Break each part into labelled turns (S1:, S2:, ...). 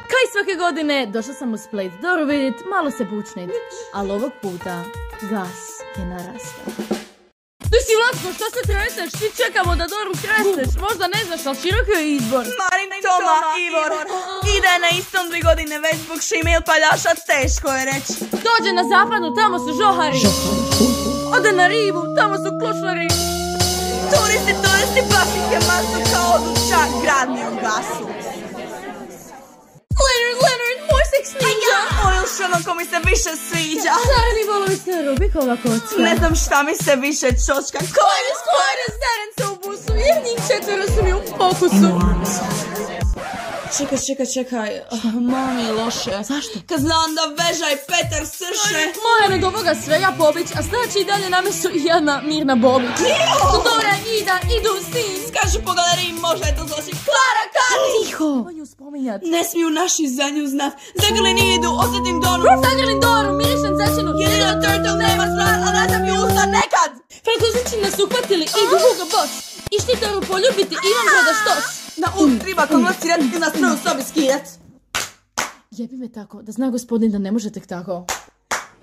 S1: i svake godine došla sam u Split dobro vidit, malo se bučnit. Ali ovog puta gas je narastao. Ti si Vlatko, što se treseš? Ti čekamo da Doru kresneš. Možda ne znaš, ali širok je izbor.
S2: Marina i Toma, Ivor. I da je na istom dvi godine već zbog šime ili paljaša teško je reći.
S1: Dođe na zapadu, tamo su žohari. Ode na rivu, tamo su klošari.
S2: Turisti, turisti, baš ih je masno kao oduća gradne u gasu.
S1: Leonard, Leonard, moj seks ninja.
S2: Oil šonom ono ko mi se više sviđa.
S1: Sarni bolovi ste Rubikova kocka.
S2: Ne znam šta mi se više čočka. Kojne
S1: Skoro staram se u busu, jer njih četvero su mi u fokusu.
S2: Čekaj, čekaj, čekaj. Mami je loše. Zašto? Kad znam da veža i Petar srše.
S1: Moja je od ovoga svega Bobić, a znači i dalje name su i jedna Mirna Bobić. Dora i Ida idu s tim.
S2: Skažu po galeriji, možda je to zločin. Klara Kati!
S1: Tiho! nju spominjat.
S2: Ne smiju naši za nju znat. Zagrli nije idu, osjetim donu.
S1: Zagrlin Doru, mirišan začinu.
S2: Jedino Turtle nema smrad, a ne mi usta nekad.
S1: Francuzići nas uhvatili, idu Hugo Boss. I štitaru poljubiti, imam ga da štos.
S2: Na um treba konvocirat i na stranu sobi skidat.
S1: Jebi me tako, da zna gospodin da ne može tek tako.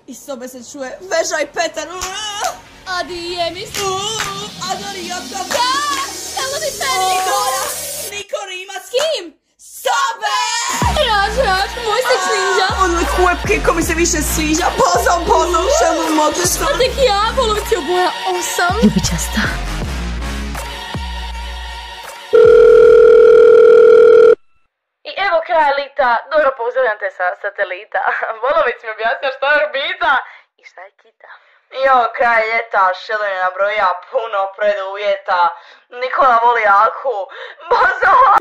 S2: Iz sobe se čuje, vežaj Petar. Uuuu.
S1: Adi je mi su...
S2: Uuuu, Adoni Jotka.
S1: Samo ti meni
S2: Nikora! Niko Rimac!
S1: Kim?
S2: Sobe!
S1: Raž, raž, moj seks ninja.
S2: On uvijek u webke ko mi se više sviđa. Pozom, pozom, šemu motišno.
S1: A tek ja, polovici oboja osam. Ljubičasta.
S3: I evo kraja lita, dobro pozdravljam te sa satelita. Volovic mi objasnio što je orbita i šta je kita.
S2: Jo, kraj ljeta, Šelon je nabroja puno preduvjeta. Nikola voli Aku. Bozo!